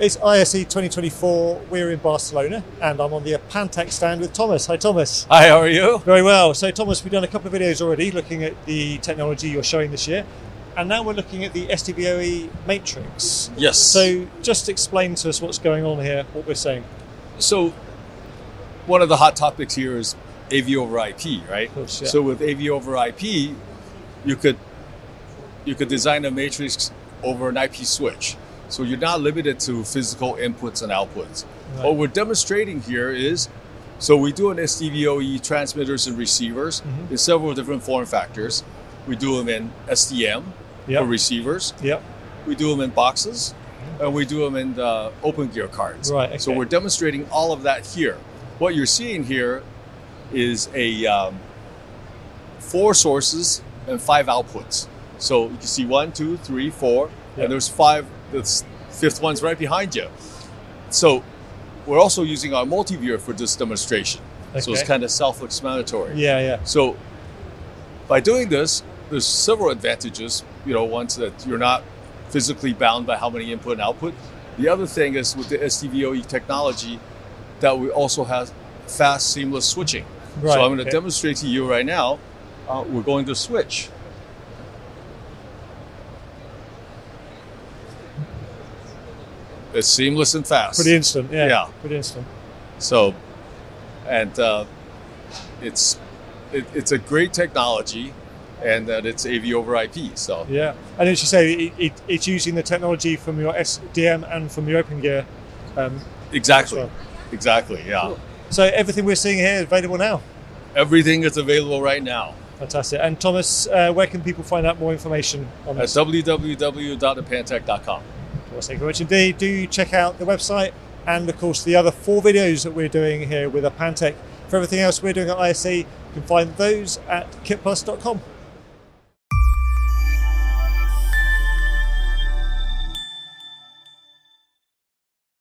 It's ISE 2024. We're in Barcelona and I'm on the Pantech stand with Thomas. Hi, Thomas. Hi, how are you? Very well. So, Thomas, we've done a couple of videos already looking at the technology you're showing this year. And now we're looking at the STBOE E matrix. Yes. So, just explain to us what's going on here, what we're seeing. So, one of the hot topics here is AV over IP, right? course, yeah. So with AV over IP, you could you could design a matrix over an IP switch. So you're not limited to physical inputs and outputs. Right. What we're demonstrating here is so we do an SDVOE E transmitters and receivers Mhm. in several different form factors. We do them in SDM Yep. for receivers. Yep. We do them in boxes, and we do them in the open gear cards. Right, So okay. we're demonstrating all of that here. What you're seeing here is a um, four sources and five outputs. So you can see one, two, three, four, Yeah. and there's five. The s- fifth one's right behind you. So we're also using our multiviewer for this demonstration. So it's Okay. kind of self-explanatory. Yeah, yeah. So by doing this, there's several advantages. You know, one's that you're not physically bound by how many input and output. The other thing is with the SDVOE E technology that we also have fast, seamless switching. Right. so I'm going to okay. demonstrate to you right now. Uh, we're going to switch. It's seamless and fast. Pretty instant. Yeah. Yeah. Pretty instant. So, and uh, it's it, it's a great technology, and that it's AV over IP. So Yeah, and as you say, it, it, it's using the technology from your SDM and from your Open Gear. Um, exactly, That's exactly, yeah. so everything we're seeing here is available now. Everything is available right now Fantastic. And Thomas, uh, where can people find out more information on at this? www.apantech.com. Well, thank you very much indeed. Do check out the website and, of course, the other four videos that we're doing E, here with Apantech. For everything else we're doing at ISE, you can find those at kitplus.com.